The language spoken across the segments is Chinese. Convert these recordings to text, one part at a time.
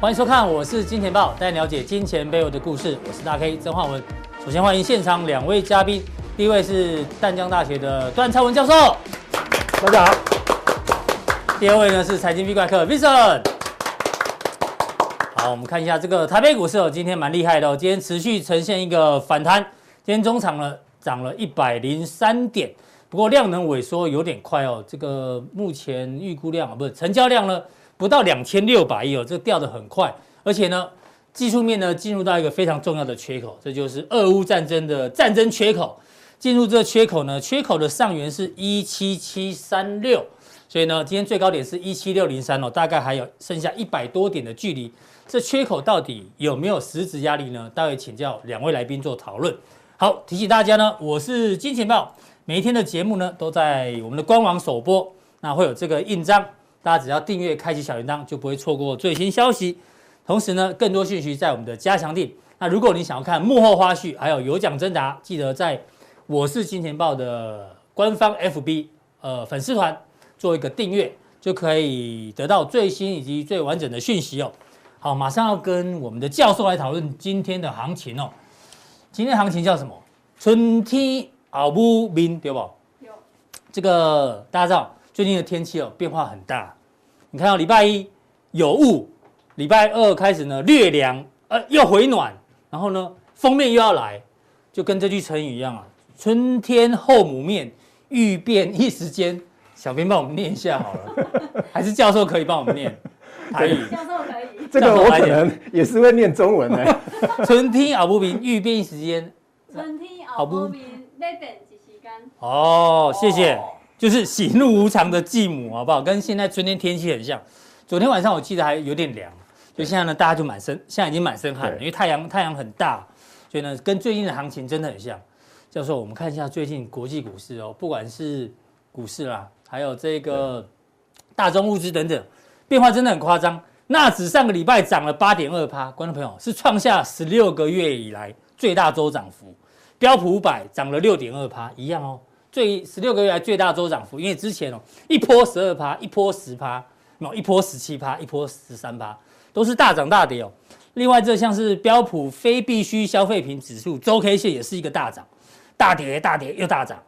欢迎收看，我是金钱豹，带你了解金钱背后的故事。我是大 K 曾焕文。首先欢迎现场两位嘉宾，第一位是淡江大学的段超文教授，大家好。第二位呢是财经 V 怪客 Vincent。好，我们看一下这个台北股市哦，今天蛮厉害的哦，今天持续呈现一个反弹，今天中场呢涨了一百零三点，不过量能萎缩有点快哦，这个目前预估量啊不是成交量呢不到两千六百亿哦，这掉的很快，而且呢技术面呢进入到一个非常重要的缺口，这就是俄乌战争的战争缺口。进入这缺口呢，缺口的上缘是一七七三六，所以呢，今天最高点是一七六零三哦，大概还有剩下一百多点的距离。这缺口到底有没有实质压力呢？待会请教两位来宾做讨论。好，提醒大家呢，我是金钱豹，每一天的节目呢都在我们的官网首播，那会有这个印章，大家只要订阅、开启小铃铛，就不会错过最新消息。同时呢，更多讯息在我们的加强地。那如果你想要看幕后花絮，还有有奖征答，记得在我是金钱豹的官方 FB 呃粉丝团做一个订阅，就可以得到最新以及最完整的讯息哦。好，马上要跟我们的教授来讨论今天的行情哦。今天行情叫什么？春天熬不明，对不？有这个大家知道，最近的天气哦变化很大。你看到礼拜一有雾，礼拜二开始呢略凉，呃又回暖，然后呢封面又要来，就跟这句成语一样啊，“春天后母面，欲变一时间”。小编帮我们念一下好了，还是教授可以帮我们念台 语？教授可以，这个我可能 也是会念中文的、春天熬不明，欲变一时间。春天后波面，你等一时间。哦，谢谢，就是喜怒无常的继母，好不好？跟现在春天天气很像。昨天晚上我记得还有点凉，所以现在呢，大家就满身，现在已经满身汗了，对因为太阳太阳很大，所以呢，跟最近的行情真的很像。教授，我们看一下最近国际股市哦，不管是股市啦，还有这个大宗物资等等，变化真的很夸张。纳指上个礼拜涨了八点二趴，观众朋友是创下十六个月以来最大周涨幅。标普五百涨了六点二趴，一样哦，最十六个月来最大周涨幅，因为之前哦一波十二趴，一波十趴，没有一波十七趴，一波十三趴，都是大涨大跌哦。另外，这像是标普非必需消费品指数周 K 线也是一个大涨，大跌大跌又大涨，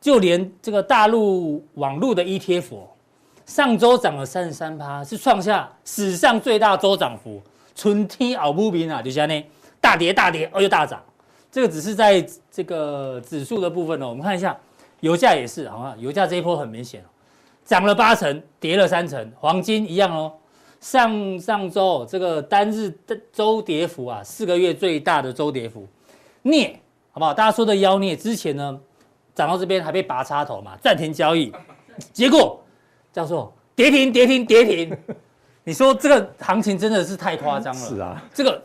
就连这个大陆网络的 ETF、哦、上周涨了三十三趴，是创下史上最大周涨幅。春天熬不平啊，就像呢，大跌大跌，哦又大涨。这个只是在这个指数的部分哦。我们看一下，油价也是，好吧？油价这一波很明显哦，涨了八成，跌了三成。黄金一样哦，上上周哦这个单日的周跌幅啊，四个月最大的周跌幅，镍好不好？大家说的妖镍，之前呢涨到这边还被拔插头嘛，暂停交易，结果教授跌停跌停跌停，你说这个行情真的是太夸张了。是啊，这个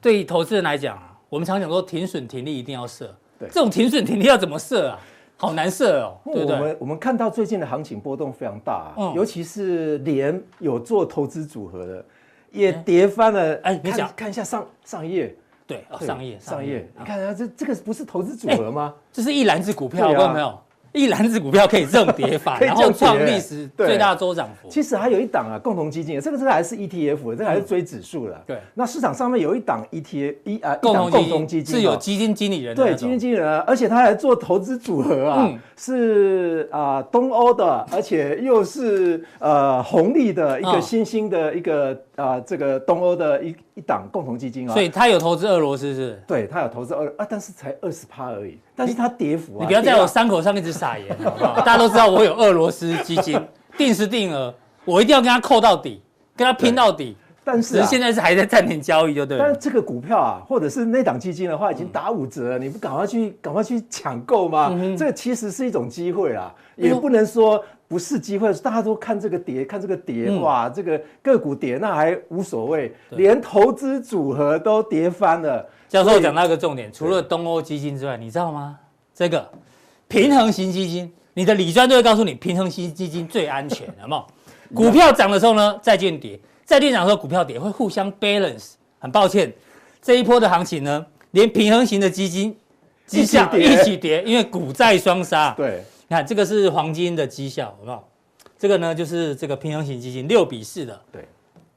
对于投资人来讲啊，我们常讲说停损停利一定要设，对这种停损停利要怎么设啊？好难设哦，对不我对？们我们看到最近的行情波动非常大、啊嗯尤其是连有做投资组合的也跌翻了。哎你看讲看一下上上一页，对，哦对上页哎上页，你啊看啊，这这个不是投资组合吗？这是一篮子股票，对啊有没有？一篮子股票可以这种跌法， 可以然后这样创跌历史对最大周涨幅。其实还有一档啊，共同基金，这个这个还是 ETF，的这个还是追指数的。嗯对那市场上面有一档 ETF 一啊，一共同档共同基金是有哦基金经理人的那对，种基金经理人啊，而且他还做投资组合啊，嗯是啊、东欧的，而且又是呃红利的一嗯个新兴的一个啊、这个东欧的一一档共同基金啊，所以他有投资俄罗斯是不是？对他有投资二啊，但是才二十趴而已，但是它跌幅啊，你不要跌在我到伤口上一直撒盐，好不好？大家都知道我有俄罗斯基金，定时定额，我一定要跟他扣到底，跟他拼到底。但只是、是啊、现在是还在暂停交易，就对了嗯但。是这个股票啊，或者是那档基金的话，已经打五折了，你不赶快去赶快去抢购吗？这个其实是一种机会啦，哎也呦不能说不是机会，大家都看这个跌，看这个跌，嗯哇，这个个股跌那还无所谓，连投资组合都跌翻了。教授讲到一个重点，除了东欧基金之外，你知道吗？这个平衡型基金，你的理专都会告诉你，平衡型基金最安全，好 不好？股票涨的时候呢，债券跌；债券涨的时候，股票跌，会互相 balance。很抱歉，这一波的行情呢，连平衡型的基金绩效一起跌一起跌，因为股债双杀。 对，你看这个是黄金的绩效，好不好？这个呢就是这个平衡型基金六比四的，对，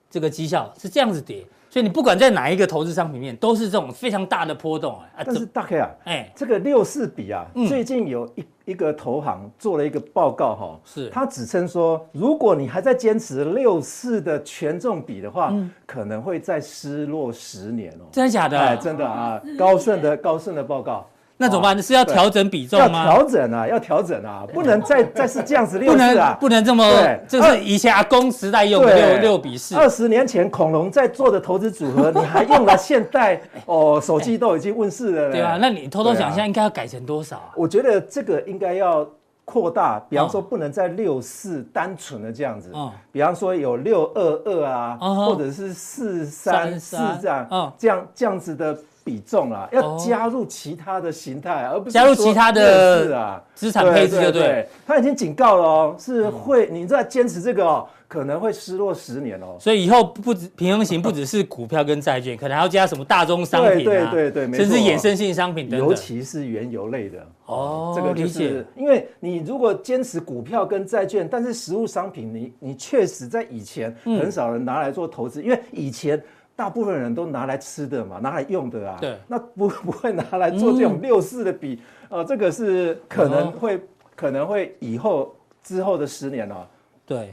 这这个绩效是这样子跌，所以你不管在哪一个投资商品面，都是这种非常大的波动啊啊，但这是大 K 啊，哎这个六四比啊，嗯最近有一一个投行做了一个报告哈、是他指称说，如果你还在坚持六四的权重比的话，可能会再失落十年哦。嗯真的假的？哎，真的啊，高盛的高盛的报告那怎么办？是要调整比重要吗？调整啊，要调整啊，不能再再是这样子不六四能啊。不能这么对，这是以前阿公时代用的对六六比四，二十年前恐龙在做的投资组合，你还用了现代哦，手机都已经问世了嘞。对吧？那你偷偷对啊想一下，应该要改成多少啊？我觉得这个应该要扩大，比方说不能再六四单纯的这样子，嗯比方说有六二二啊，嗯哼或者是四三四33这样，嗯这样这样子的比重啊，要哦加入其他的形态啊，而不是加入其他的是啊。资产配置就对嗯了。对，他已经警告了哦，是会，你再坚持这个哦，可能会失落十年哦。所以以后不止平衡型不只是股票跟债券，可能还要加什么大宗商品啊，对对对对没错甚至衍生性商品等等。尤其是原油类的哦这个就理解是因为你如果坚持股票跟债券，但是实物商品你你确实在以前嗯很少人拿来做投资，因为以前。大部分人都拿来吃的嘛，拿来用的啊，对 嗯那不不会拿来做这种六四的比，呃，这个是可能哦会、可能会以后之后的十年哦，对，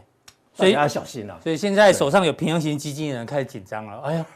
所大家以要小心啊。所以现在手上有平衡型基金的人开始紧张了，哎呀，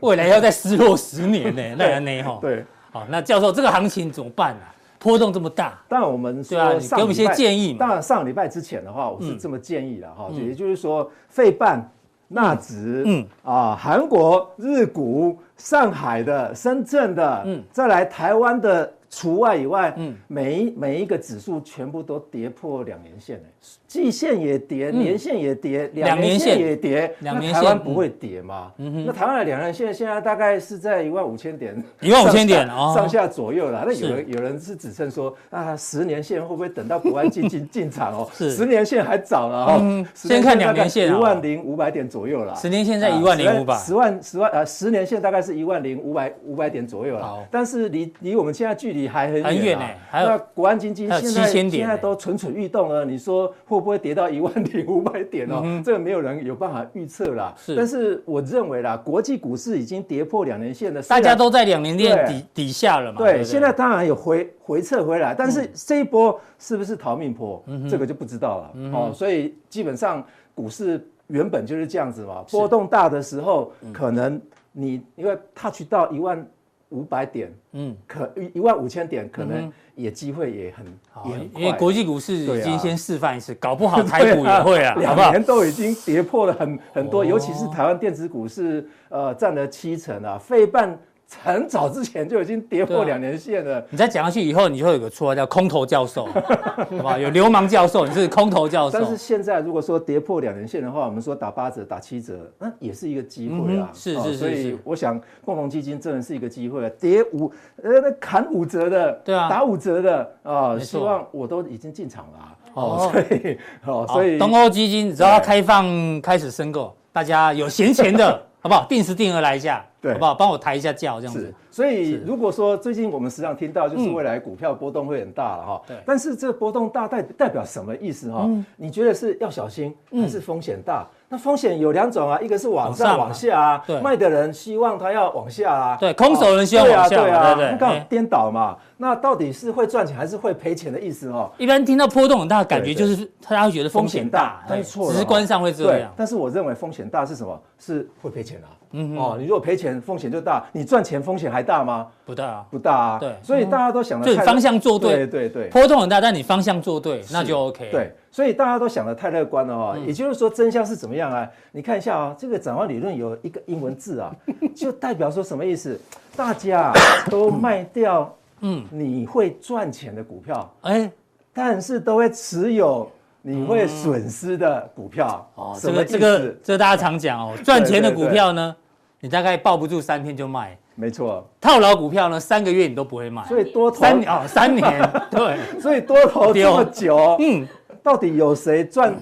未来要再失落十年 呢，那人呢吼。对，好，那教授这个行情怎么办啊？波动这么大，当然我们对啊说你上给我们一些礼拜建议嘛嗯当然上礼拜之前的话，我是这么建议的哈，也就是说，费半、纳指，嗯嗯啊，韩国、日股、上海的、深圳的，嗯嗯，再来台湾的除外以外，嗯嗯，每一每一个指数全部都跌破两年线诶，季线也跌，年线也跌，嗯两两年年线线也跌，两那年台线嗯湾不会跌吗？那台湾的两年线现在大概是在一万五千点， 15,000点上下哦上下左右了。那有是人有人是指称说啊，十年线会不会等到国安 进进进场哦？是嗯十年线还早了哦。先看两年线一啊万零五百点左右了。十年线在10500十万十万呃，十年线大概是一万零五百五百点左右好了。但是离离我们现在距离还很很远远啊欸还有那国安基金还有现在7000点现在欸都蠢蠢欲动了，你说会不会跌到一万零五百点哦？这个没有人有办法预测啦。嗯是但是我认为啦，国际股市已经跌破两年线了，大虽家然都在两年线对底底下了嘛。对，不嗯现在当然有回回撤回来，但是这一波是不是逃命波，这个就不知道了、嗯哦。所以基本上股市原本就是这样子嘛，波动大的时候，嗯可能你因为 touch 到一万五百点，嗯嗯，可一万五千点，可能也机会也很、好也很哦因为快国际股市对已啊经先示范一次，搞不好台股也会啊， 好两不好？年都已经跌破了很很多，哦尤其是台湾电子股是呃占了七成啊，费半很早之前就已经跌对啊破两年线了。你再讲下去以后，你就会有个绰号叫“空头教 授”，好不好？有流氓教授，你是空头教但是授。现在如果说跌破两年线的话，我们说打八折、打七折，那也是一个机会嗯啊哼。是是是所是以我想共同基金真的是一个机会啊，跌五呃那砍五折的，对啊打五折的啊，没错希望我都已经进场了啊。 哦哦，所以哦，好所以东欧基金只要对开放开始申购，大家有闲钱 的，好不好？定时定额来一下，对好不好？帮我抬一下轿，这样是子。，所以如果说最近我们时常听到，就是未来股票波动会很大了哈。对嗯但是这个波动大代代表什么意思哈？你觉得是要小心，还是风险大？那风险有两种啊，一个是往往上啊上往下啊对，卖的人希望它要往下啊，对空手人希望哦对啊往下嘛对对啊，不对那刚哎好颠倒嘛。那到底是会赚钱还是会赔钱的意思哦？一般听到波动很大，感觉对就对是大家会觉得风险大，哎但是错了只是官上会这对样，。但是我认为风险大是什么？是会赔钱啊。嗯哦，你如果赔钱，风险就大；你赚钱，风险还大吗？不大啊，不大啊。对所以大家都想就的你方向做对对对对。波动很大，但你方向做对，那就 OK。，嗯对，所以大家都想的太乐观了哦。也就是说，真相是怎么样啊？你看一下啊、这个展望理论有一个英文 字啊，就代表说什么意思？大家 啊都卖掉，嗯，你会赚钱的股票，哎，但是都会持有你会损失的股票。哦，什这么个意思？这个这大家常讲哦，赚钱的对对股票呢，你大概抱不住三天就卖；没错。套牢股票呢，三个月你都不会卖。所以多头，三年哦， 三年，对，所以多头这么久，嗯，到底有谁赚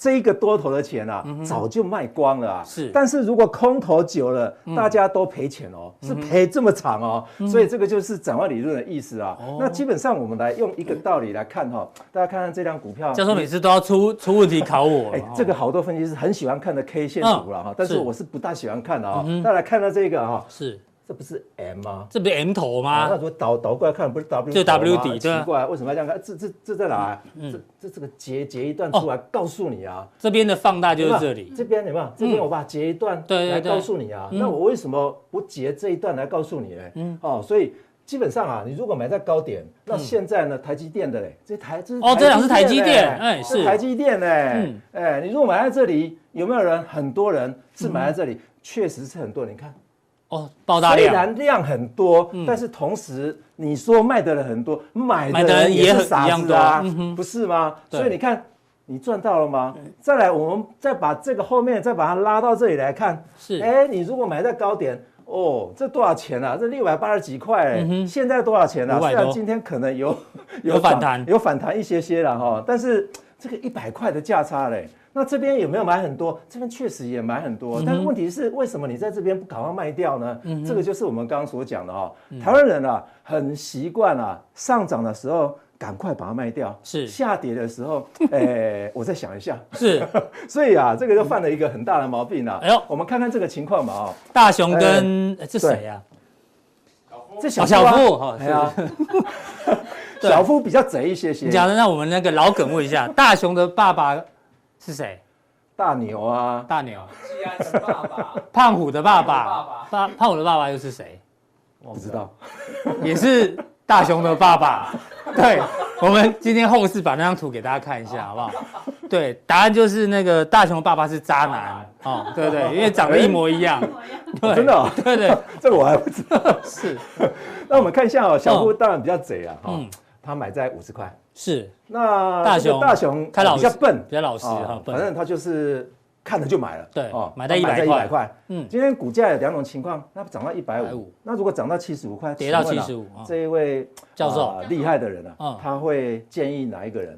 这一个多头的钱啊，早就卖光了啊。是嗯但是如果空头久了，大家都赔钱哦，是赔这么长哦，所以这个就是展望理论的意思啊。哦那基本上我们来用一个道理来看哈，大家看看这张股票，教授每次都要出出问题考我哦哎了，，这个好多分析师很喜欢看的 K 线图了哈，但嗯是是嗯我是不大喜欢看的啊。那来看到这个哈，是这不是 M 吗？这不是 M 头啊，吗？那如果倒倒过来看，不是 W 啊就头吗 W 底对啊嗯奇怪，为什么要这样看？这这这在哪啊？这这这个截截一段哦出来告诉你啊，这边的放大就是这有没里嗯有，这边有没有？这边我把它截一段对对来对嗯告诉你啊，那我为什么不截这一段来告诉你呢？哦，所以。基本上啊，你如果买在高点，那现在呢，台积电的嘞，这台这嗯哦这两是台积电嘞哎是台积电嘞嗯，哎，你如果买在这里，有没有人？很多人是嗯买在这里，确实是很多人。你看，哦，爆大虽量，嗯然量很多，但是同时你说卖的人很多，买的买的人人也也是很一傻样子多啊嗯，哼不是吗？对所以你看，你赚到了吗？再来，我们再把这个后面再把它拉到这里来看，是哎，你如果买在高点。哦，这多少钱啊？这六百八十几块哎、嗯现在多少钱啊？ 500虽然多今天可能有有反弹有反弹一些些了哈，但是这个一百块的价差嘞，那这边有没有买很多？这边确实也买很嗯多，但是问题是为什么你在这边不赶快卖掉呢？这个就是我们刚刚所讲的哈、嗯台湾人啊很习惯啊，上涨的时候赶快把它卖掉，是下跌的时候，哎、我再想一下，是所以啊，这个就犯了一个很大的毛病啊。哎呦我们看看这个情况吧啊、大雄 跟哎这谁呀？这哦，小夫啊、小富，哦，哎是呀， 对小夫比较贼一些些你，讲的让我们那个老梗问一嗯下，大雄的爸爸是谁？大牛啊，大牛，既然是爸爸，胖虎的爸爸胖虎的爸，爸胖胖虎的爸爸又是谁？不知道。也是大雄的爸 爸。对，我们今天后世把那张图给大家看一啊下，好不好？对，答案就是那个大雄爸爸是渣男哦，对对，因为长得一模一样，对，真的哦对对 这个我还不知道。是，那我们看一下哦，小夫当然比较贼啊，哈、嗯他买在五十块。是那大这个熊大熊开老比较实笨比，较老实啊哈，，反笨，正他就是看了就买了，哦对买在他100 100块嗯今天股价有两种情况，那涨到一百150五，那如果涨到七十五块，跌到请问75啊啊这一位教授啊厉害的人嗯啊，他会建议哪一个人？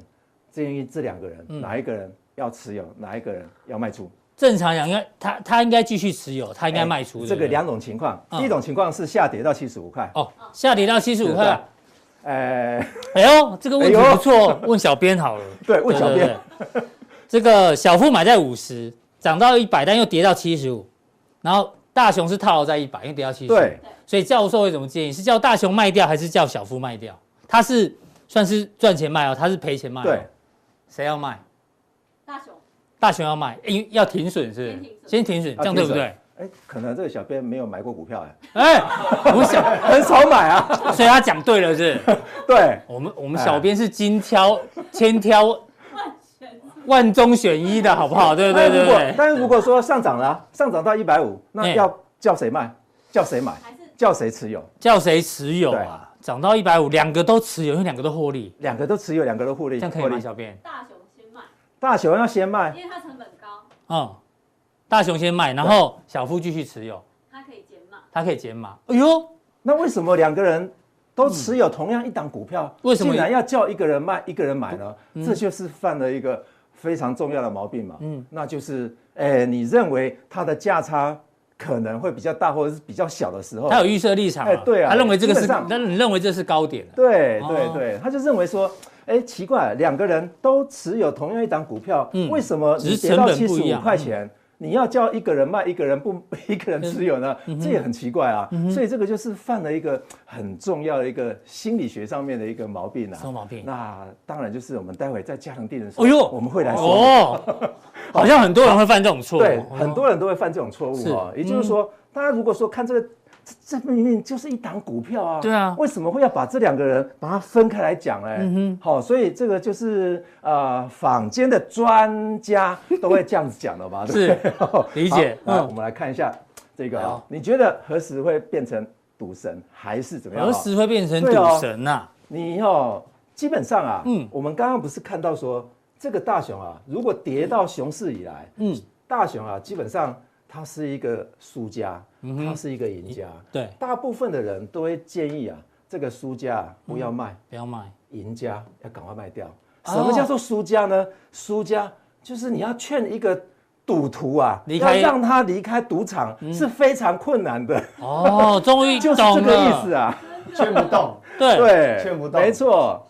建议这两个人，嗯哪一个人要持有，哪一个人要卖出？正常讲应该他他应该继续持有，他应该哎卖出这对不对个两种情况，嗯第一种情况是下跌到七十五块，哦，下跌到七十五块了。哎，哎呦，这个问题哎呦不错，问小编好了。对， 问小对编对，对这个小富买在五十，涨到一百，但又跌到七十五，然后大雄是套牢在一百，又跌到七十。对，所以教授会怎么建议？是叫大雄卖掉，还是叫小富卖掉？他是算是赚钱卖哦，他是赔钱卖、哦。对，谁要卖？大雄，大雄要卖，因为要停损是不是先先停损，要这样对不停对损？哎，可能这个小编没有买过股票，哎，哎，我们小，很少买啊， 所以他讲对了是不是对，我们我们哎小编是精挑千挑万全万中选一的好不好？对对但是对如果对，哎但是如果说上涨了啊，上涨到一百五，那哎要叫谁卖？叫谁买？还是叫谁持有？叫谁持有啊？涨到一百五，两个都持有，因为两个都获利，两个都持有，两个都互利。这样可以获吗？利小编，大雄先卖，大熊要先卖，因为它成本高，嗯，大雄先卖，然后小夫继续持有，它可以减码。他可以减码。哎呦，那为什么两个人都持有同样一档股票，嗯为什么嗯竟然要叫一个人卖，一个人买呢？这就是犯了一个非常重要的毛病嘛。嗯，那就是，哎，你认为它的价差可能会比较大，或者是比较小的时候，他有预设立场啊哎对啊他认为这个基是，本上那你认为这是高点啊对哦对对，他就认为说，哎，奇怪，两个人都持有同样一档股票，嗯为什么只是你跌到成本七不十一五样嗯块钱，你要叫一个人卖，一个人不， 一个人持有呢？嗯这也很奇怪啊。所以这个就是犯了一个很重要的一个心理学上面的一个毛病啊。什么毛病那当然就是我们待会在加强定的时候，哎呦，我们会来说明。 哦，好像很多人会犯这种错误。对，哦很多人都会犯这种错误是嗯哦。也就是说，大家如果说看这个，这这明明就是一档股票啊，对啊嗯为什么会要把这两个人把它分开来讲？哎，好，所以这个就是呃，坊间的专家都会这样子讲的吧？对不对 理解好来嗯我们来看一下这个啊好，你觉得何时会变成赌神，还是怎么样？哦何时会变成赌神啊呐？你哦，基本上啊，嗯嗯，我们刚刚不是看到说这个大熊啊，如果跌到熊市以来，嗯嗯，大熊啊，基本上它是一个输家，嗯它是一个赢家。对，大部分的人都会建议啊，这个输家啊不要卖，不要卖，赢家要赶快卖掉。哦什么叫做输家呢？输家就是你要劝一个赌徒啊，离开要让他离开赌场是非常困难的，哦， 终于就是懂这个意了，思啊。劝不动，对，对，劝不动没错，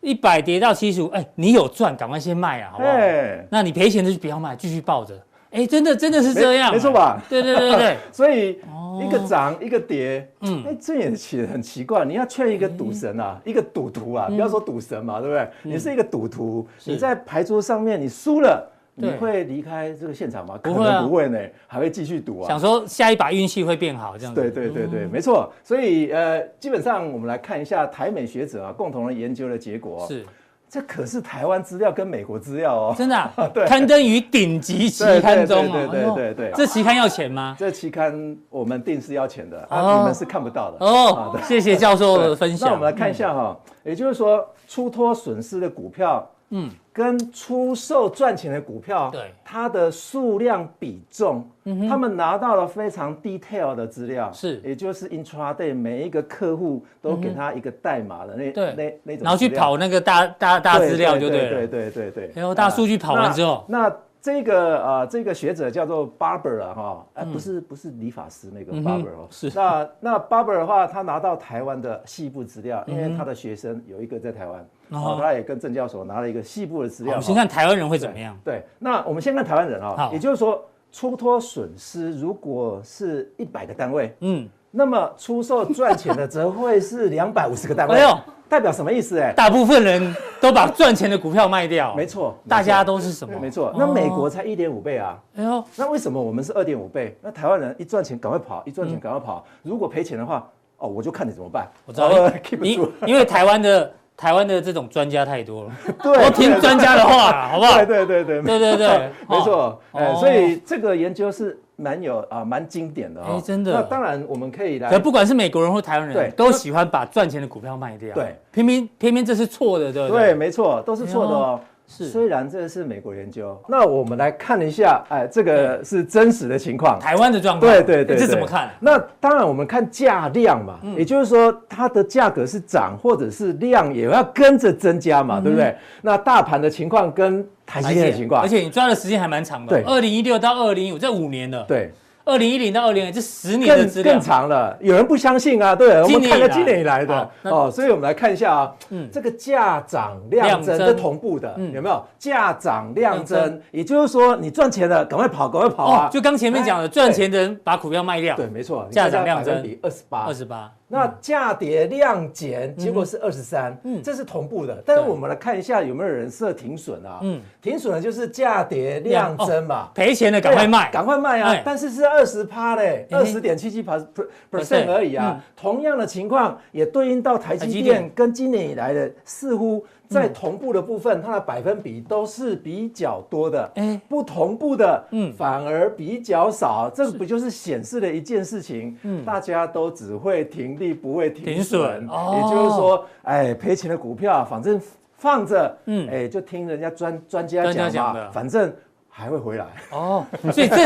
一百跌到七十五，哎，你有赚，赶快先卖啊，好不好？哎，那你赔钱的就不要卖，继续抱着。哎，真的真的是这样，没没错吧？对对对对 对，所以一个涨一个跌，哦嗯嗯嗯，哎，这也奇很奇怪。你要劝一个赌神啊，一个赌徒啊，不要说赌神嘛，对不对？你是一个赌徒，是你在牌桌上面你输了，你对会离开这个现场吗？可不会啊能不会呢，还会继续赌啊想。嗯说下一把运气会变好这样子。对对对对，没错。所以呃，基本上我们来看一下台美学者啊共同的研究的结果哦，是这可是台湾资料跟美国资料哦。真 的啊，刊登于顶级期刊中对哦。对对对哎对呦这期刊要钱 吗？这期刊我们定是要钱的，哦啊，你们是看不到的。啊哦，谢谢教授的对分享。那我们来看一下哈、也就是说，出脱损失的股票，嗯嗯，跟出售赚钱的股票，对嗯它的数量比重，他们拿到了非常 detail 的资料，是嗯也就是 intraday 每一个客户都给他一个代码的那、对那那种资料，然后去跑那个大大大资料就对对了。对对对对。哎呦大数据跑完之后那那这个呃，这个学者叫做 Barber 啊，哈，哎，不是不是理发师那个嗯哼 Barber 哦，是那那 Barber 的话，他拿到台湾的西部资料，因为他的学生有一个在台湾，然嗯哦后他也跟郑教授拿了一个西部的资好我料。哦们先看台湾人会怎么样。对，那我们先看台湾人啊好，也就是说，出脱损失如果是一百个单位，嗯，那么出售赚钱的则 会是两百五十个单位哎呦，代表什么意思？哎，大部分人都把赚钱的股票卖掉。没，错，大家都都哦是什么？没。错。那美国才一点五倍啊，哎呦，那为什么我们是二点五倍？那台湾人一赚钱赶快跑，一赚钱赶快跑。如果赔钱的话，哦，我就看你怎么办。嗯我知道哦 keep 不因住。因为台湾的台湾的这种专家太多 了，对我听专家的话啦，好不好？对对对对，对对对，没错。哎，哦所以这个研究是蛮有啊，蛮经典的哎哦。真的那当然我们可以来可。不管是美国人或台湾对人，都喜欢把赚钱的股票卖掉。对，偏偏偏偏这是错的，对不对，对？没错，都是错的哦。是虽然这是美国研究，那我们来看一下，哎，这个是真实的情况。台湾的状况，对对对，这对怎么看？嗯那当然，我们看价量嘛，也就是说它的价格是涨，或者是量也要跟着增加嗯嘛，对不对？那大盘的情况跟台积电的情况，而且你抓的时间还蛮长的，对二零一六到二零五，这五年了，对二零一零到二零这十啊年的更资料更，长了，有人不相信啊，对，我今们年以来看看今年以来的好那哦，所以我们来看一下啊嗯，这个价涨量增量增这同步的嗯有没有？价涨量量增，也就是说你赚钱了，赶快跑，赶快跑哦啊，！就刚前面讲的，哎赚钱的人把股票卖掉，对，没错，价涨量增比二十八，二十八，那价跌量减，结果是二十三，嗯这是同步的。但是我们来看一下有没有人设停损啊？嗯哦嗯，停损呢就是价跌量增嘛，赔钱的对啊赶快卖，赶快卖啊哎！但是是二十趴嘞，哎二十点七七 percent， percent 而已啊。同样的情况也对应到台嗯台积积电电跟今年以来的，似乎在同步的部分，它的百分比都是比较多的。哎不同步的，嗯嗯，反而比较少，这不就是显示了一件事情？大家都只会停利，不会停嗯停损损，哦也就是说，哎，赔钱的股票反正放着，嗯嗯，哎，就听人家专专家专家讲讲的嘛，反正还会回来。哦，所以正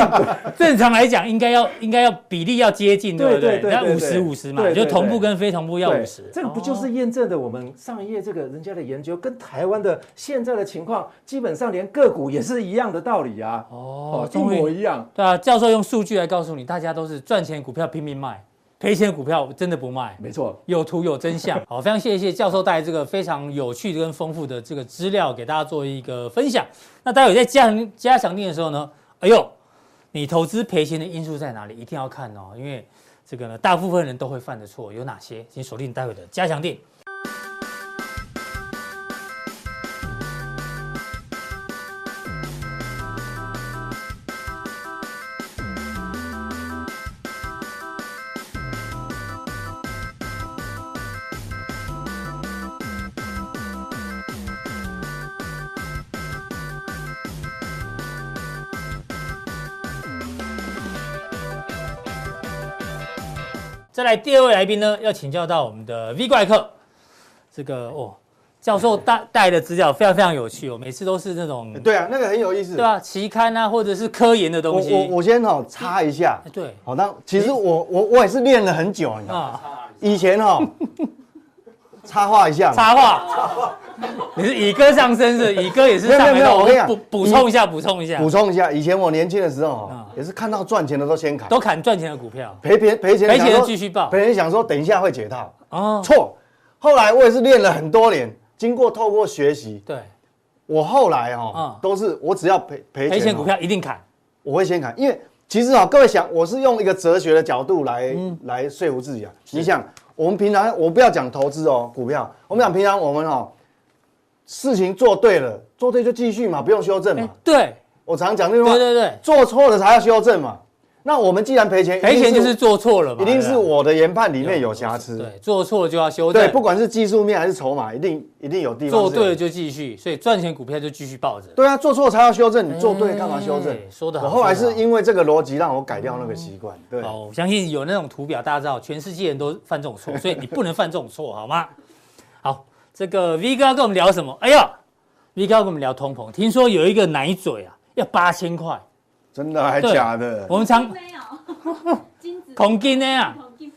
正常来讲，应该要应该要比例要接近，对不对对？对对那对五十五十嘛，对就对对同步跟非同步要对五十，这个不就是验证了我们上一页这个人家的研究跟台湾的现在的情况，基本上连个股也是一样的道理啊，哦哦，一模一样。对啊，教授用数据来告诉你，大家都是赚钱股票拼命卖，赔钱股票真的不卖，没错，有图有真相。好，非常谢谢教授带来这个非常有趣跟丰富的这个资料给大家做一个分享。那待会在加强加强定的时候呢，哎呦，你投资赔钱的因素在哪里？一定要看哦，因为这个呢，大部分人都会犯的错有哪些？请锁定待会的加强定。再来第二位来宾呢，要请教到我们的 V 怪客，这个哦，教授带带来的资料非常非常有趣哦，每次都是那种对啊，那个很有意思。对啊，期刊啊，或者是科研的东我西。我我先哈插一下哎，对好，那其实我我我也是练了嗯 很久，你知道吗？啊，以前哈插画一下嘛，插画，你是乙哥上身是？乙哥也是没有上来没有的，没有我跟你们讲补补充一下，补充一下补，充一下，以前我年轻的时候啊也是看到赚钱的都先砍，都砍赚钱的股票赔钱赔钱赔钱想说的继续报赔钱想说等一下会解套，哦，错。后来我也是练了很多年，经过透过学习，对，我后来哦嗯都是我只要赔赔赔钱钱哦股票一定砍，我会先砍，因为其实啊、各位想，我是用一个哲学的角度来、嗯来说服自己啊。你想，我们平常我不要讲投资哦，股票，我们讲平常我们哦，事情做对了，做对就继续嘛，不用修正嘛。哎，对，我常讲那句话，对对对，做错了才要修正嘛。那我们既然赔钱，赔钱就是一定做错了嘛，一定是对吧我的研判里面有瑕疵。对，做错了就要修对，正，不管是技术面还是筹码，一定一定有地方是做有对了就继续，所以赚钱股票就继续抱着，对啊，做错才要修正，你做对干嘛修正？哎说得好我后来说是得好因为这个逻辑让我改掉那个习惯。对，哦，我相信有那种图表，大家知道全世界人都犯这种错，所以你不能犯这种错，好吗？好，这个 V 哥要跟我们聊什么？哎呀，V 哥要跟我们聊通膨，听说有一个奶嘴啊，要八千块，真的还对假的？ 我们常没 有，金子恐惊的啊。孔金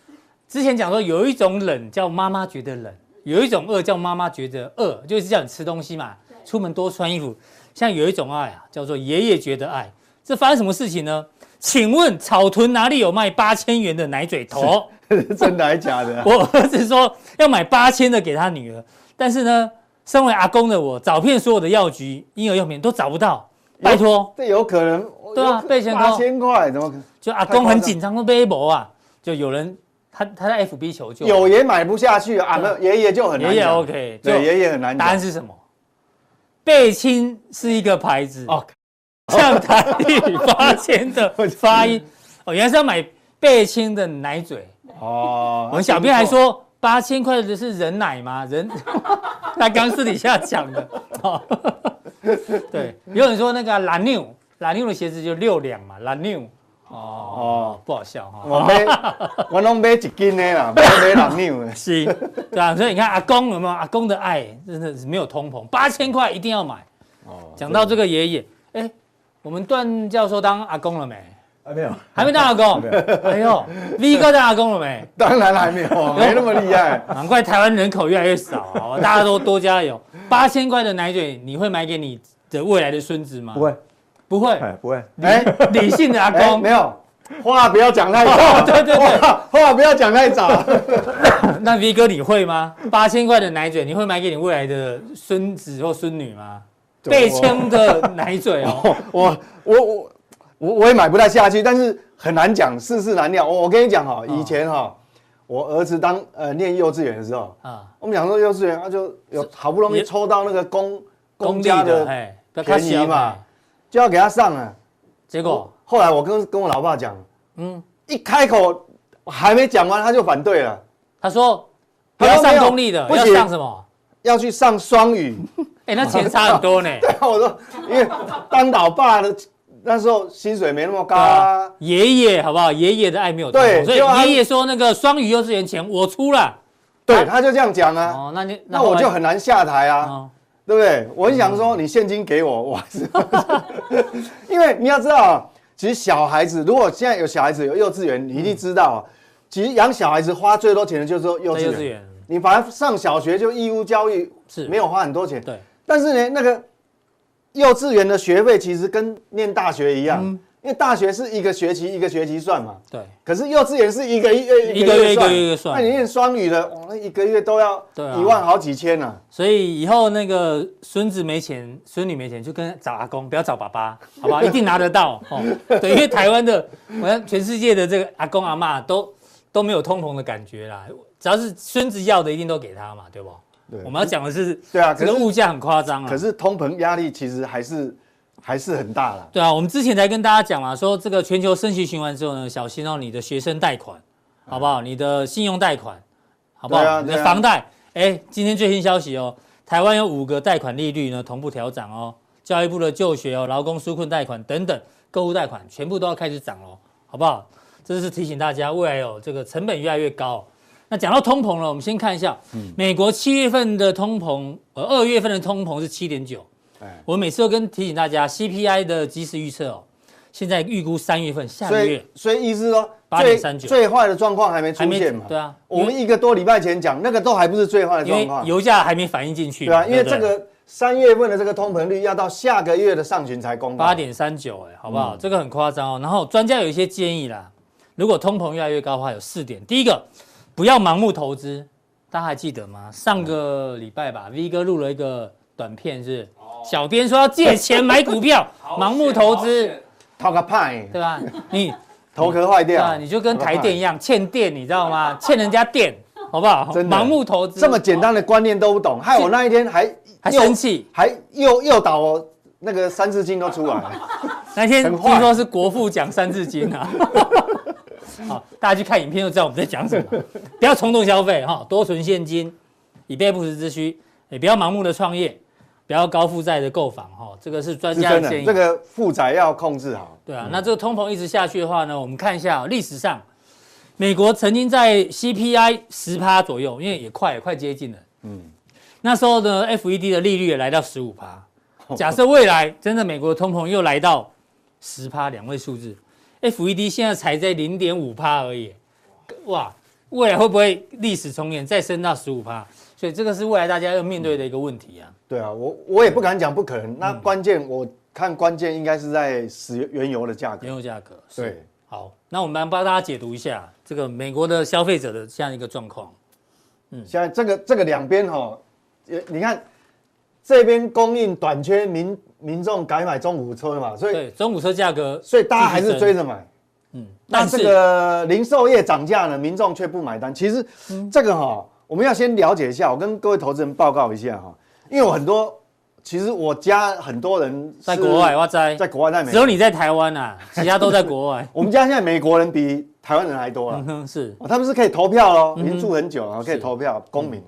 之前讲说有一种冷叫妈妈觉得冷，有一种饿叫妈妈觉得饿，就是叫你吃东西嘛，对出门多穿衣服。像有一种爱啊，叫做爷爷觉得爱。这发生什么事情呢？请问草屯哪里有卖八千元的奶嘴头？真的还假的？ 我儿子说要买八千的给他女儿，但是呢，身为阿公的我，找遍所有的药局婴儿用品都找不到，拜托，这哎有可能？对啊被钱八扣千块怎么可能？就阿太夸公张很紧张，都背博啊，就有人他他在 FB 求救，有也买不下去啊！啊没对有爷爷就很难爷讲。爷 OK，就对，爷爷很难答案讲。是什么？贝亲是一个牌子哦哦，像台语八千的发 音哦，原来是要买贝亲的奶嘴。哦我们小编还，说八千块的是人奶吗？人，他刚私底下讲的。哦，对，有人说那个啊蓝妞，蓝妞的鞋子就六两嘛，蓝妞。哦哦，不好笑哈、。我买，我拢买一斤的啦，不要买两两 的是，对啊，所以你看阿公有没有？阿公的爱真的是没有通膨，八千块一定要买。哦，讲到这个爷爷，哎，我们段教授当阿公了没？啊没有，还没当阿公。哎呦，V 哥当阿公了没？当然还没有，没那么 厉害。难怪台湾人口越来越少 啊！大家都多加油。八千块的奶嘴，你会买给你的未来的孙子吗？不，会，不会。哎，不会，哎理性的阿哎，公哦没，有，话不要讲太早。对对对话，话不要讲太早。那 V 哥你会吗？八千块的奶嘴，你会买给你未来的孙子或孙女吗？怎么被称的奶嘴哦， 我我我我我也买不太下去，但是很难讲，世事难料。我我跟你讲哈，嗯以前哈，我儿子当呃念幼稚园的时候，啊，我们讲说幼稚园，他就有好不容易抽到那个公公公立家的，的，哎，不要便看宜小嘛哦嘛。就要给他上了。结果，后来我跟跟我老爸讲，哦嗯，一开口还没讲完他就反对了，他说不他要说上没有公立的，不要行上什么？要去上双 语。哎，那钱差很 多呢。我说，因为当老爸的那时候薪水没那么高啊。爷爷好不好？爷爷的爱没有通对所就以按爷爷说那个双语幼稚园钱我出了。对，他就这样讲啊，哦，那你那我就很很难下台啊。哦对不对？我很想说，你现金给我，我还是，因为你要知道啊，其实小孩子如果现在有小孩子有幼稚园，你一定知道啊，其实养小孩子花最多钱的就是说幼在幼稚稚园，园你反正上小学就义务教育是没有花很多钱，对但是呢，那个幼稚园的学费其实跟念大学嗯一样，因为大学是一个学期一个学期算嘛，对可是幼稚园是一个月一个月算一个月算那你念双语的，哇，那一个月都要对啊一万好几千啊。所以以后那个孙子没钱，孙女没钱，就跟找阿公，不要找爸爸，好不好？一定拿得 到哦。对，因为台湾的，我看全世界的这个阿公阿妈都都没有通膨的感觉啦，只要是孙子要的，一定都给他嘛，对不？对我们要讲的是，对啊，这可个是物价很夸张啊。可是通膨压力其实还是还是很大啦。对啊，我们之前才跟大家讲嘛，啊说这个全球升息循环之后呢，小心哦，你的学生贷款，好不好？你的信用贷款，好不好？嗯对啊你对的啊房贷，哎，今天最新消息哦，台湾有五个贷款利率呢同步调涨哦，教育部的就学哦，劳工纾困贷款等等，购物贷款全部都要开始涨哦，好不好？这是提醒大家，未来有这个成本越来越高哦、那讲到通膨了，我们先看一下，嗯美国七月份的通膨，呃，二月份的通膨是七点九。哎，我每次都跟提醒大家，CPI 的即时预测哦，现在预估三月份下所个以月所以意思说，八最点三九，最坏的状况还没还出没现嘛？对啊，我因为们一个多礼拜前讲那个都还不是最坏的因状为况，油价还没反映进去对嘛，啊，因为不这个三月份的这个通膨率要到下个月的上旬才公布。啊八点三九，哎，好不嗯好？这个很夸张哦。然后专家有一些建议啦，如果通膨越来越高的话，有四点。第一个，不要盲目投资，大家还记得吗？上个礼拜嗯吧，V 哥录了一个短片，是哦小编说要借钱买股 票，盲目投资，掏个派，对 吧？你头壳坏对掉啊，，你就跟台电一样欠电，你知道吗？欠人家电，好不好？真的盲目投资，这么简单的观念都不懂，害我那一天还还又生气。还诱诱导我那个三字经都出 来了。那天很坏听说是国父讲《三字经》啊。 好，大家去看影片就知道我们在讲什 么。不要冲动消费哈，多存现金，以备不时之需。也不要盲目的创业，不要高负债的购房哈，这个是专是家真的建的，议。这个负载要控制好。对啊，那这个通膨一直下去的话呢，我们看一下哦历史上，美国曾经在 CPI 十趴左右，因为也快也快接近了，嗯，那时候呢 FED 的利率也来到十五趴。假设未来真的美国通膨又来到十趴两位数字，FED 现在才在零点五趴而已，哇，未来会不会历史重演再升到十五趴？所以这个是未来大家要面对的一个问题啊。对啊，我我也不敢讲不可嗯能。那关键我看关键应该是在石原油的价格原。油价格是嗯对，好，那我们来帮大家解读一下这个美国的消费者的这样一个状况。嗯现在这个这个两边哈，也你看这边供应短缺，民民众改买中古车嘛，所以对，中古车价格，所以大家还是追着买。嗯，那但这是个零售业涨价呢，民众却不买单。其实嗯这个哈、我们要先了解一下。我跟各位投资人报告一下哈、因为我很多，其实我家很多人是在国外，，哇塞，在国外，在美只有国。。你在台湾啊，其他都在国外我们家现在美国人比台湾人还多了、嗯哼，是哦他们是可以投票喽，已经住很久哦了，可以投票，公民。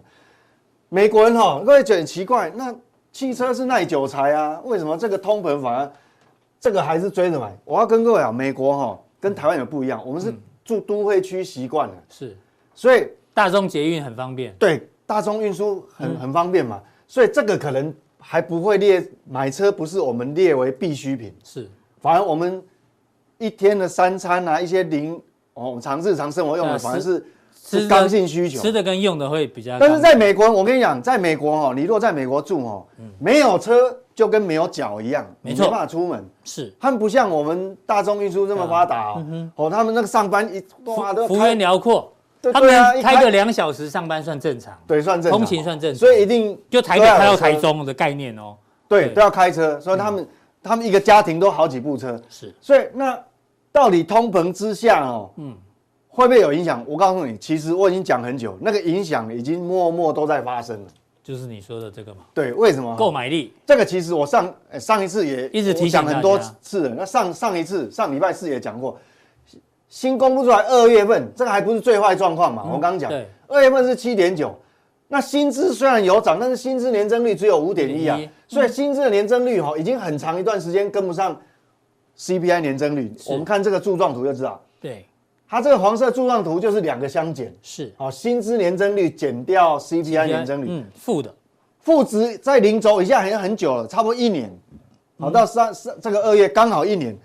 美国人哈，各位觉得很奇怪，那汽车是耐久材啊，为什么这个通膨反而这个还是追着买？我要跟各位讲，美国哈跟台湾有不一样，我们是住都会区习惯了，是，所以大众捷运很方便，对大众运输很很方便嘛，所以这个可能还不会列买车不是我们列为必需品，是反而我们一天的三餐啊，一些零哦，我们常日常生活用的对啊反而是吃是的刚性需求，吃的跟用的会比较。但是在美国，我跟你讲，在美国哦，你若在美国住哦，没有车就跟没有脚一样，嗯没你错办法出门。是他们不像我们大众运输这么发达嗯哦，哦，他们那个上班一哇都幅要幅开员，辽阔，对他对啊，们一开个两小时上班算正常，对算正常，通勤算正常，所以一定就台北都要有开到台，车中的概念哦。对，对嗯都要开车，所以他们他们一个家庭都好几部车，是所以那到底通膨之下哦，嗯嗯，会不会有影响？我告诉你，其实我已经讲很久，那个影响已经默默都在发生了。就是你说的这个嘛，对，为什么？购买力这个其实我上呃上一次也一直提醒我讲很多大家次了。那上上一次上礼拜四也讲过，新公布出来二月份，这个还不是最坏状况嘛？我刚刚讲嗯对，二月份是七点九，那薪资虽然有涨，但是薪资年增率只有五点一啊5.1，所以薪资的年增率哈、已经很长一段时间跟不上 CPI 年增率。是我们看这个柱状图就知道，对它这个黄色柱状图就是两个相减，是好、薪资年增率减掉 CPI 年增率，嗯负的负值在零轴以下好像很久了，差不多一年，好到三三这个二月刚好一年。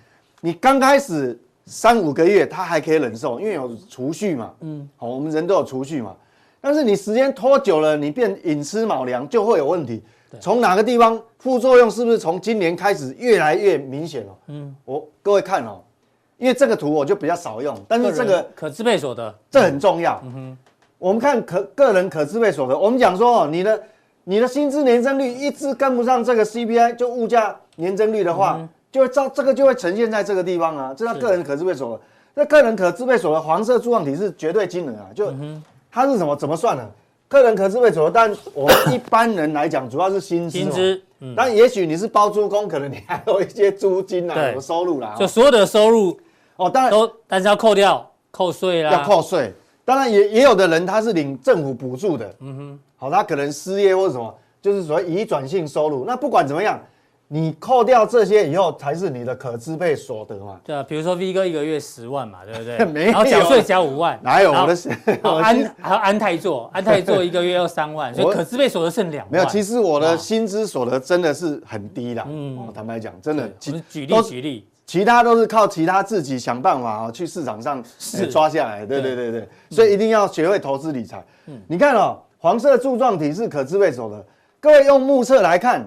你刚开始三五个月他还可以忍受，因为有储蓄嘛，嗯，好，我们人都有储蓄嘛。但是你时间拖久了，你变寅吃卯粮就会有问题。从哪个地方副作用是不是从今年开始越来越明显了？嗯，我各位看哦，因为这个图我就比较少用，但是个这个人可支配所得这很重要。嗯我们看可个人可支配所得，我们讲说哦，你的你的薪资年增率一直跟不上这个 CPI，就物价年增率的话，嗯就会照这个就会呈现在这个地方啊，这叫个人可支配所得。那个人可支配所得黄色柱状体是绝对惊人啊，就嗯它是什么怎么算呢、个人可支配所得，但我们一般人来讲，主要是薪资嘛。薪资，嗯。但也许你是包租公，可能你还有一些租金啊，对什么收入啦、就所有的收入哦，当然都，但是要扣掉扣税啦，要扣税。当然也也有的人他是领政府补助的，嗯哼，好，他可能失业或者什么，就是所谓移转性收入。那不管怎么样，你扣掉这些以后，才是你的可支配所得嘛。对啊，比如说 V 哥一个月十万嘛，对不对？ 没有然后缴税缴五万，哪有然我后的 是？然后我其实安还有安泰 座，安泰座一个月要三万，所以我可支配所得剩两万。没有，其实实我的哇薪资所得真的是很低啦。嗯，坦白讲，真的我们举例都举例，其他都是靠其他自己想办法啊，去市场上是嗯呃抓下来。对对对对，所以一定要学会投资理财。你看哦，黄色柱状体是可支配所得，各位用目测来看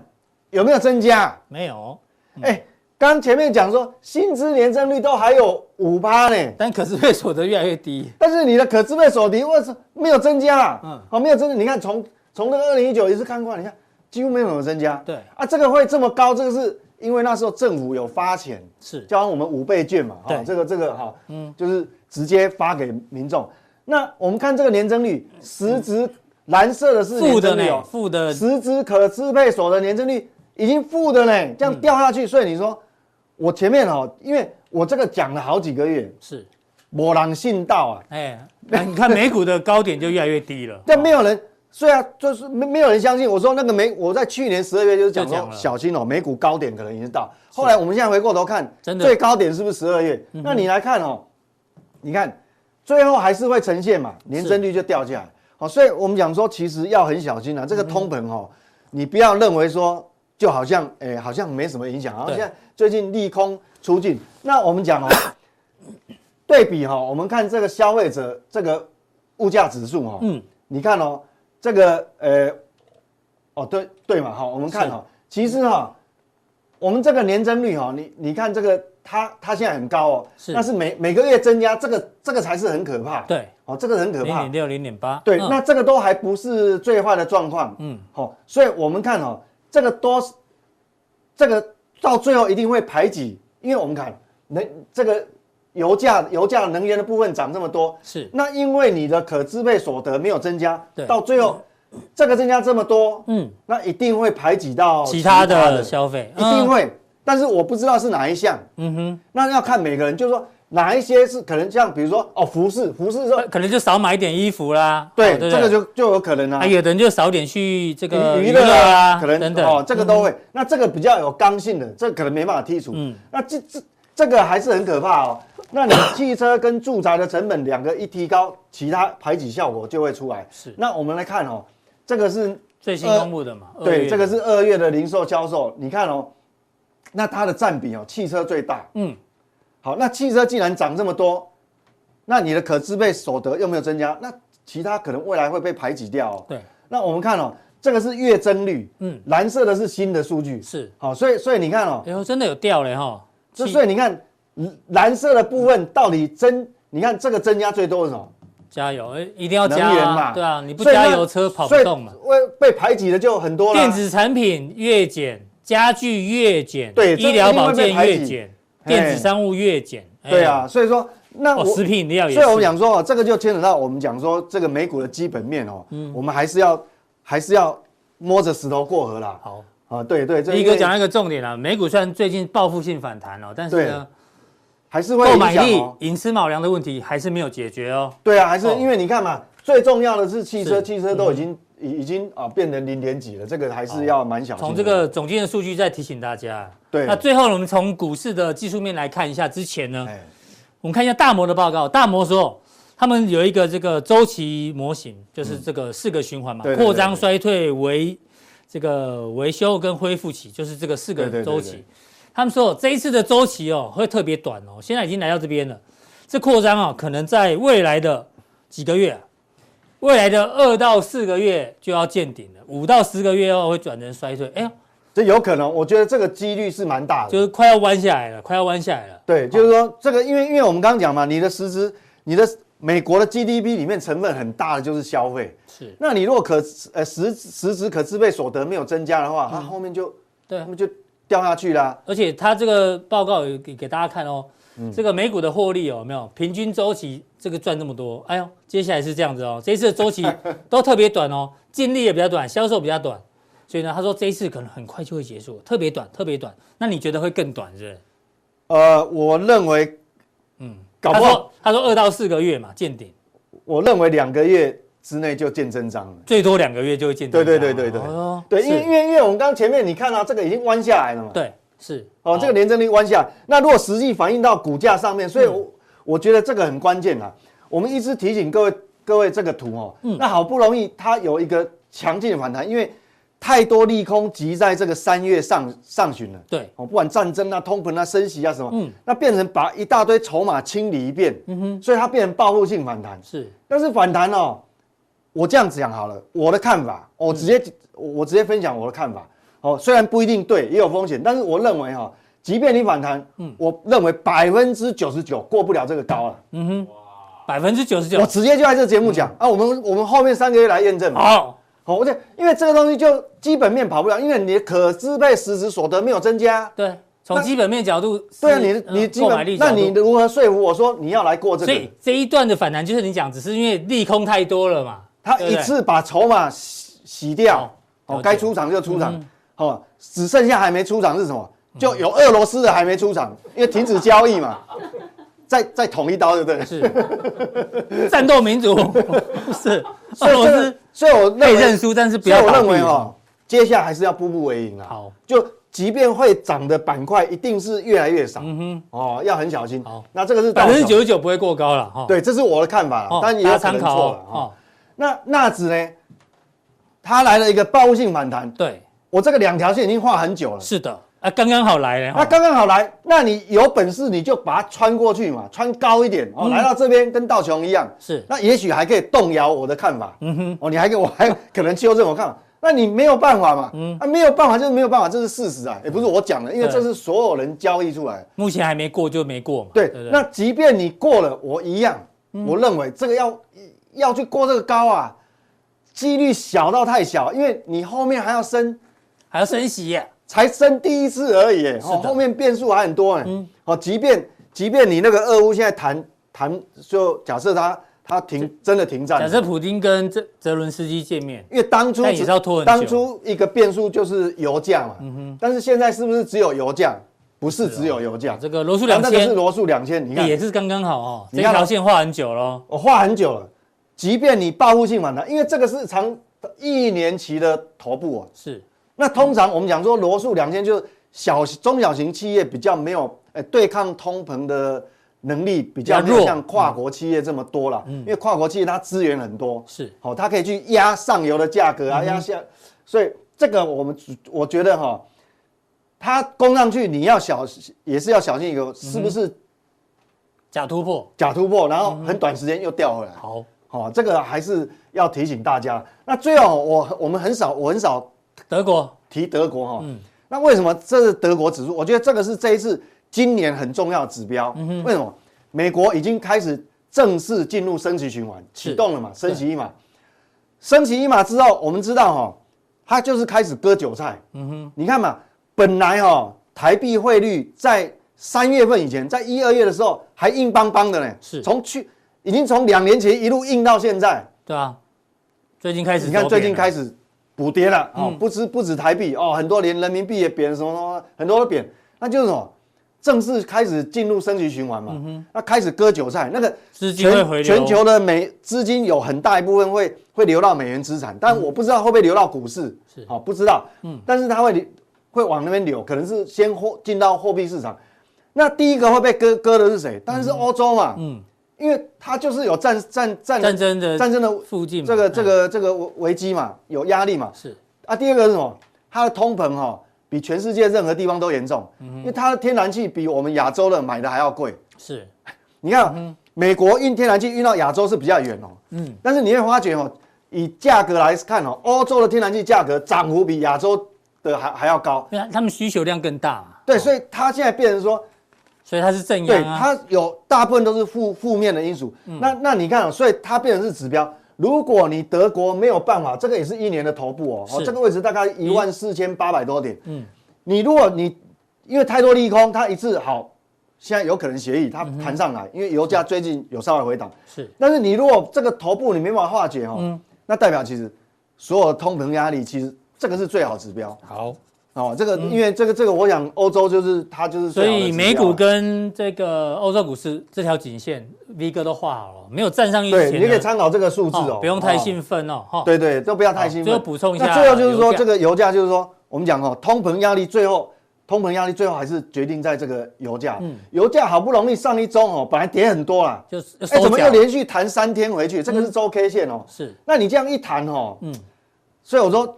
有没有增加？没有，哎，刚前面讲说薪资年增率都还有五趴呢，但可支配所得越来越低，但是你的可支配所得为什么没有增加啊？嗯哦，没有增加。你看从从那个二零一九也是看过来，你看几乎没有什么增加。对啊，这个会这么高，这个是因为那时候政府有发钱，是交我们五倍券嘛，哈、对这个这个哈、嗯，就是直接发给民众。那我们看这个年增率，实质蓝色的是负年的增率呢，哦，负的实质可支配所得年增率已经负的呢，这样掉下嗯去，所以你说我前面哦，因为我这个讲了好几个月，是，没人信道啊，哎，那你看美股的高点就越来越低 了，但没有人，虽然就是没没有人相信。我说那个美，我在去年十二月就是讲就讲说了小心哦，美股高点可能已经到。后来我们现在回过头看，真的嗯最高点是不是十二月？那你来看哦，你看最后还是会呈现嘛，年增率就掉下来。好，所以我们讲说，其实要很小心啊，嗯这个通膨哦，你不要认为说就好像诶、好像没什么影响，然后对现在最近利空出尽，那我们讲哦。对比哈、我们看这个消费者这个物价指数哈、嗯你看哦，这个呃，哦对对嘛哈、我们看哈、其实哈、我们这个年增率哈、你你看这个它它现在很高哦，是那是每每个月增加，这个这个才是很可怕，，对，哦，这个很可零怕点，六、零点八，对，嗯那这个都还不是最坏的状况，嗯嗯，好、所以我们看哦，这个都是这个到最后一定会排挤，因为我们看能这个油价、油价能源的部分涨这么多，是那因为你的可支配所得没有增加对，到最后、这个增加这么多，嗯那一定会排挤到其他的消费一定嗯会，但是我不知道是哪一项，嗯哼，那要看每个人，就是说哪一些是可能像比如说哦服饰，服饰说 可能就少买点衣服啦，对,、哦不这个就就有可能啊啊，。有的人就少点去这个娱娱娱乐乐啊，啊，可能等等，哦，这个都会。那这个比较有刚性的，这个可能没办法剔除。嗯那这这这个还是很可怕哦。那你汽车跟住宅的成本两个一提高，其他排挤效果就会出来。是那我们来看哦，这个是最新呃公布的嘛，二月对，的这个是二月的零售销售，你看哦，那它的占比哦，汽车最大。嗯，好，那汽车既然涨这么多，那你的可支配所得又没有增加，那其他可能未来会被排挤掉哦。对，那我们看哦，这个是月增率，嗯嗯，蓝色的是新的数据，是，好，所以所以你看哦哎，呦，真的有掉了哈，所以气所以你看嗯蓝色的部分到底增，你看这个增加最多是什么？加油，哎一定要能加源啊，嘛，对啊，你不所以那加油车跑不动嘛，，所以被被排挤的就很多了。电子产品越减，家具越减，对这医疗保一健定会被排越挤减，嘿电子商务越减，哎对啊，，所以说那哦，我食品饮料也所以我们是，讲说哦，这个就牵扯到我们讲说这个美股的基本面哦，嗯我们还是要还是要摸着石头过河啦。好，啊，对对，这一因为哥讲到一个重点啊，美股虽然最近报复性反弹哦，但是呢，还是会购影买响力哦。、寅吃卯粮的问题还是没有解决哦，对啊，还是哦因为你看嘛，最重要的是汽车，是嗯汽车都已经已已经啊变成零点几了，这个还是要蛮小心哦的。从这个总经的数据再提醒大家。对那最后呢我们从股市的技术面来看一下，之前呢，哎，我们看一下大摩的报告。大摩说，他们有一个这个周期模型，就是这个四个循环嘛，对对对扩张、衰退、维这个维修跟恢复期，就是这个四个对对对周期。对对他们说这一次的周期哦会特别短哦，现在已经来到这边了。这扩张哦，可能在未来的几个月啊、未来的二到四个月就要见顶了，五到十个月后会转成衰退。哎呀，这有可能，我觉得这个几率是蛮大的。就是哦快要弯下来了，快要弯下来了。对，就是说这个，因为因为我们刚刚讲嘛，你的实质，你的美国的 GDP 里面成分很大的就是消费。是，那你如果可呃实实质可支配所得没有增加的话，它后面就嗯对啊他。们就掉下去啦。而且它这个报告有给给大家看哦，嗯这个美股的获利哦有没有平均周期这个赚这么多？哎呦，接下来是这样子哦，这一次的周 期都特别短哦，净利也比较短，销售比较短，所以呢，他说这一次可能很快就会结束，特别短，特别短。那你觉得会更短是不是？呃，我认为，嗯，搞他不好，说他说二到四个月嘛见顶，我认为两个月之内就见真章了。最多两个月就会见顶。对对对对对哦对，是因为因为因为我们刚刚前面你看到、啊这个已经弯下来了嘛，，对是哦，这个好年增率弯下来，那如果实际反映到股价上面，嗯所以我、我觉得这个很关键啊。我们一直嗯提醒各位各位这个图哦，那好不容易它有一个强劲的反弹，因为太多利空集在这个三月上上旬了。对，哦，不管战争啊、通膨啊、升息啊什么，那变成把一大堆筹码清理一遍，所以它变成报复性反弹。是但是反弹哦，我这样子讲好了，我的看法，我直接、我我直接分享我的看法。哦，虽然不一定对，也有风险，但是我认为哈、即便你反弹，我认为百分之九十九过不了这个高了。百分之九十我九。直接就在这节目讲、啊，我们我们后面三个月来验证嘛。好，好，而且因为这个东西就基本面跑不了，因为你的可支配实质所得没有增加。对，从基本面角度是，对啊，你嗯你基购买力本，角那度，你如何说服我说你要来过这所个以？这一段的反弹就是你讲，只是因为利空太多了嘛，他对不一对次把筹码洗洗掉好，了哦，解嗯该出场就出场，哦，只剩下还没出场是什么？就有俄罗斯的还没出场，因为停止交 易嘛，再再捅一刀，对不对？是战斗民族， 是 所俄以罗这个斯，所以我认被为认输，但是不所以要我倒认为闭哦，接下来还是要步步为营啊。好，就即便会涨的板块，一定是越来越少。哦，要很小心。嗯好那这个是百分之九道十九不会过高了哈。琼，对，这是我的看法哦，了，但也大家有可参能考错了哦啊。哦。那纳指呢？它来了一个报复性反弹，对，我这个两条线已经画很久了。是的，啊，刚刚好来了。那哈刚刚好来，那你有本事你就把它穿过去嘛，穿高一点哦，来到这边跟道琼一样，嗯是那也许还可以动摇我的看法，嗯哼，哦，你还给我还可能纠正我看法，那你没有办法嘛，嗯，啊，没有办法就是没有办法，这是事实啊，也不是我讲的，因为对这是所有人交易出来的，目前还没过就没过嘛。对，不嗯那即便你过了，我一样，我认为这个要要去过这个高啊，几率小到太小，因为你后面还要升。还要升息耶，才升第一次而已，的嗯哦，后面变数还很多呢。哦，即便即便你那个俄乌现在谈谈，就假设他他停真的停战，假设普京跟泽泽伦斯基见面，因为当初但也只是要拖很久嗯当初一个变数就是油价嘛，但是现在是不是只有油价？不是只有油价，哦这个罗素啊两那个千是罗素两千，你看也是刚刚好哦，这你看啊条线画很久喽。我画很久了，即便你报复性反弹，因为这个是长一年期的头部啊，是那通常我们讲说罗素两千就是小中小型企业比较没有呃对抗通膨的能力比较比较没弱嗯有像跨国企业这么多啦，因为跨国企业它资源很多，是嗯好、它可以去压上游的价格啊，压下，所以这个我们主我觉得哈、它攻上去你要小也是要小心有是不嗯是假突破，假突破，嗯然后很短时间又掉回来，好，好、哦这个还是要提醒大家。那最后我我们很少我很少德国提德国哈、那为什么这是德国指数？我觉得这个是这一次今年很重要的指标。为什么？美国已经开始正式进入升息循环，启动了嘛，升息一码，升息一码之后，我们知道哈、它就是开始割韭菜。嗯哼，你看嘛，本来哈、台币汇率在三月份以前，在一二月的时候还硬邦邦的呢，是从去已经从两年前一路硬到现在。对啊，最近开始你看走最贬近了嗯开始补跌了哦，不止不止台币哦，很多连人民币也贬，什么什么很多都贬，那就是什么？正式开始进入升级循环嘛，那开始割韭菜，那个嗯资金会回全流，全球的美资金有很大一部分会会流到美元资产，但我不知道会不会流到股市，嗯是好、不知道，嗯，但是它会会往那边流，可能是先货进到货币市场。那第一个会被割割的是谁？当然是欧洲嘛，嗯嗯，因为它就是有战战战战争的战争的附近嘛，这个嗯这个这个危危机嘛，有压力嘛。是啊，第二个是什么？它的通膨哈、比全世界任何地方都严重，嗯因为它的天然气比我们亚洲人买的还要贵。是你看，美国运天然气运到亚洲是比较远哦，嗯嗯，但是你会发觉哦，以价格来看哦，欧洲的天然气价格涨幅比亚洲的还还要高。因为他们需求量更大嘛，对，所以它现在变成说，所以它是正对阳啊，嗯它有大部分都是负负面的因素。那那你看、哦，所以它变成是指标。如果你德国没有办法，这个也是一年的头部哦，哦是这个位置大概一万四千八百多点。嗯嗯，你如果你因为太多利空，它一次好，现在有可能协议它弹上来，因为油价最近有稍微回档。嗯是嗯但是你如果这个头部你没办法化解哦，那代表其实所有的通膨压力，其实这个是最好指标好，嗯哦。这个、因为这个这个，我想欧洲就是它就是所最好的以指美标股啊跟这个欧洲股市这条颈线，V 哥都画好了，没有站上去对，前呢，你可以参考这个数字啊哦哦，不用太哦。兴奋哦，哈，对对，都不要太兴奋。最后补充一下那最后就是油说，价这个油价就是说，我们讲哦，通膨压力最后，通膨压力最后还是决定在这个油价。嗯油价好不容易上一周哦，本来跌很多啦，就是哎，收怎么脚又连续弹三天回去？这个是周 K 线哦。是那你这样一弹哦，嗯嗯，所以我说，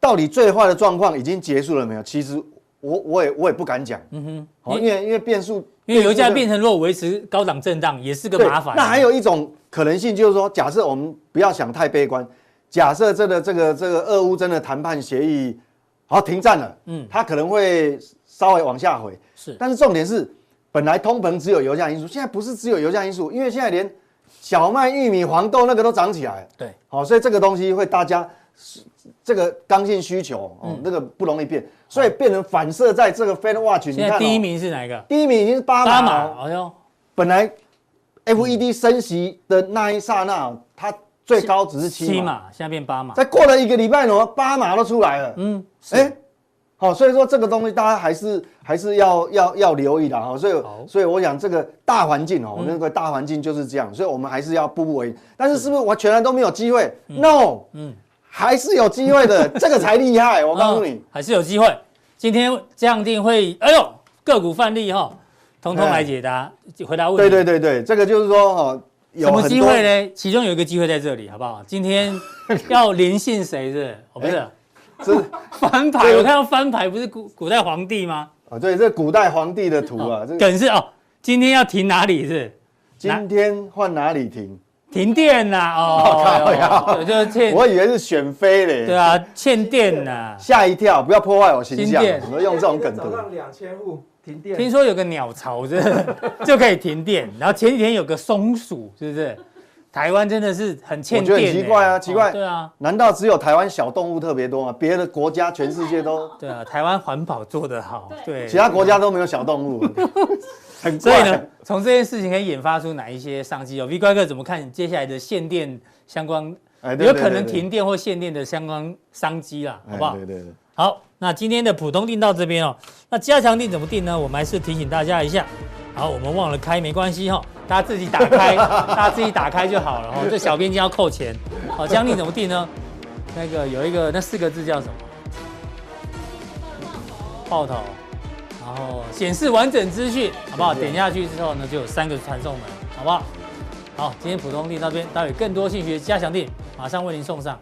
到底最坏的状况已经结束了没有？其实我我也我也不敢讲，嗯哼，好，因为因为变数，因为油价变成如果维持高档震荡，也是个对麻烦。啊那还有一种可能性就是说，假设我们不要想太悲观，假设真的这个这个俄乌真的谈判协议好停战了，嗯，它可能会稍微往下回，是但是重点是，本来通膨只有油价因素，现在不是只有油价因素，因为现在连小麦、玉米、黄豆那个都涨起来了，对，好、所以这个东西会大家这个刚性需求哦，那个不容易变，所以变成反射在这个 Fed Watch，你哦现看、哦、在第一，名是哪一个？第一名已经是巴巴马哦马了，哎呦，本来 FED 升息的那一刹那，它最高只是七七嘛，嘛，现在变八嘛，再过了一个礼拜呢，八码都出来了，嗯，是哎，好，所以说这个东西大家还是还是要要要留意的哈，所以好嗯所以我想这个大环境哦，我认为大环境就是这样，所以我们还是要步步为营。但是是不是我全然都没有机会？No，嗯，还是有机会 的，这个才厉害，我告诉你嗯，还是有机会。今天降定会，哎呦，个股范例哈，统统哎来解答回答问题。对对对对，这个就是说哈，有哦什么很机多会呢？其中有一个机会在这里，好不好？今天要连线谁是？哦，不是，这翻牌。哎对我看到翻牌不是古古代皇帝吗？啊，对，这古代皇帝的图 啊，这个梗是哦，今天要停哪里是？今天换哪里停？停电呐、 哦，对就是欠，我以为是选妃嘞，对，啊，欠电呐、吓一跳，不要破坏我形经象典，我用这种梗早图。上两千户停电，听说有个鸟巢是就可以停电，然后前几天有个松鼠，是不是？台湾真的是很欠我觉电、得很奇怪啊欸奇怪哦对啊，难道只有台湾小动物特别多吗？别的国家、全世 界都，对啊，台湾环保做得好，对，其他国家都没有小 动物，很所怪。以呢，从这件事情可以引发出哪一些商机哦？V 怪哥怎么看接下来的限电相关，哎，对有可能，对对停电或限电的相关商机啦，对好不好哎？对对对。好，那今天的普通定到这边哦。那加强定怎么定呢？我们还是提醒大家一下。好，我们忘了开没关系哈、哦，大家自己打开，大家自己打开就好了哈、哦。这小编今天要扣钱。好，加强定怎么定呢？那个有一个那四个字叫什么？爆头，然后显示完整资讯，好不好？点下去之后呢，就有三个传送门，好不好？好，今天普通定到这边，待会更多信息加强定马上为您送上。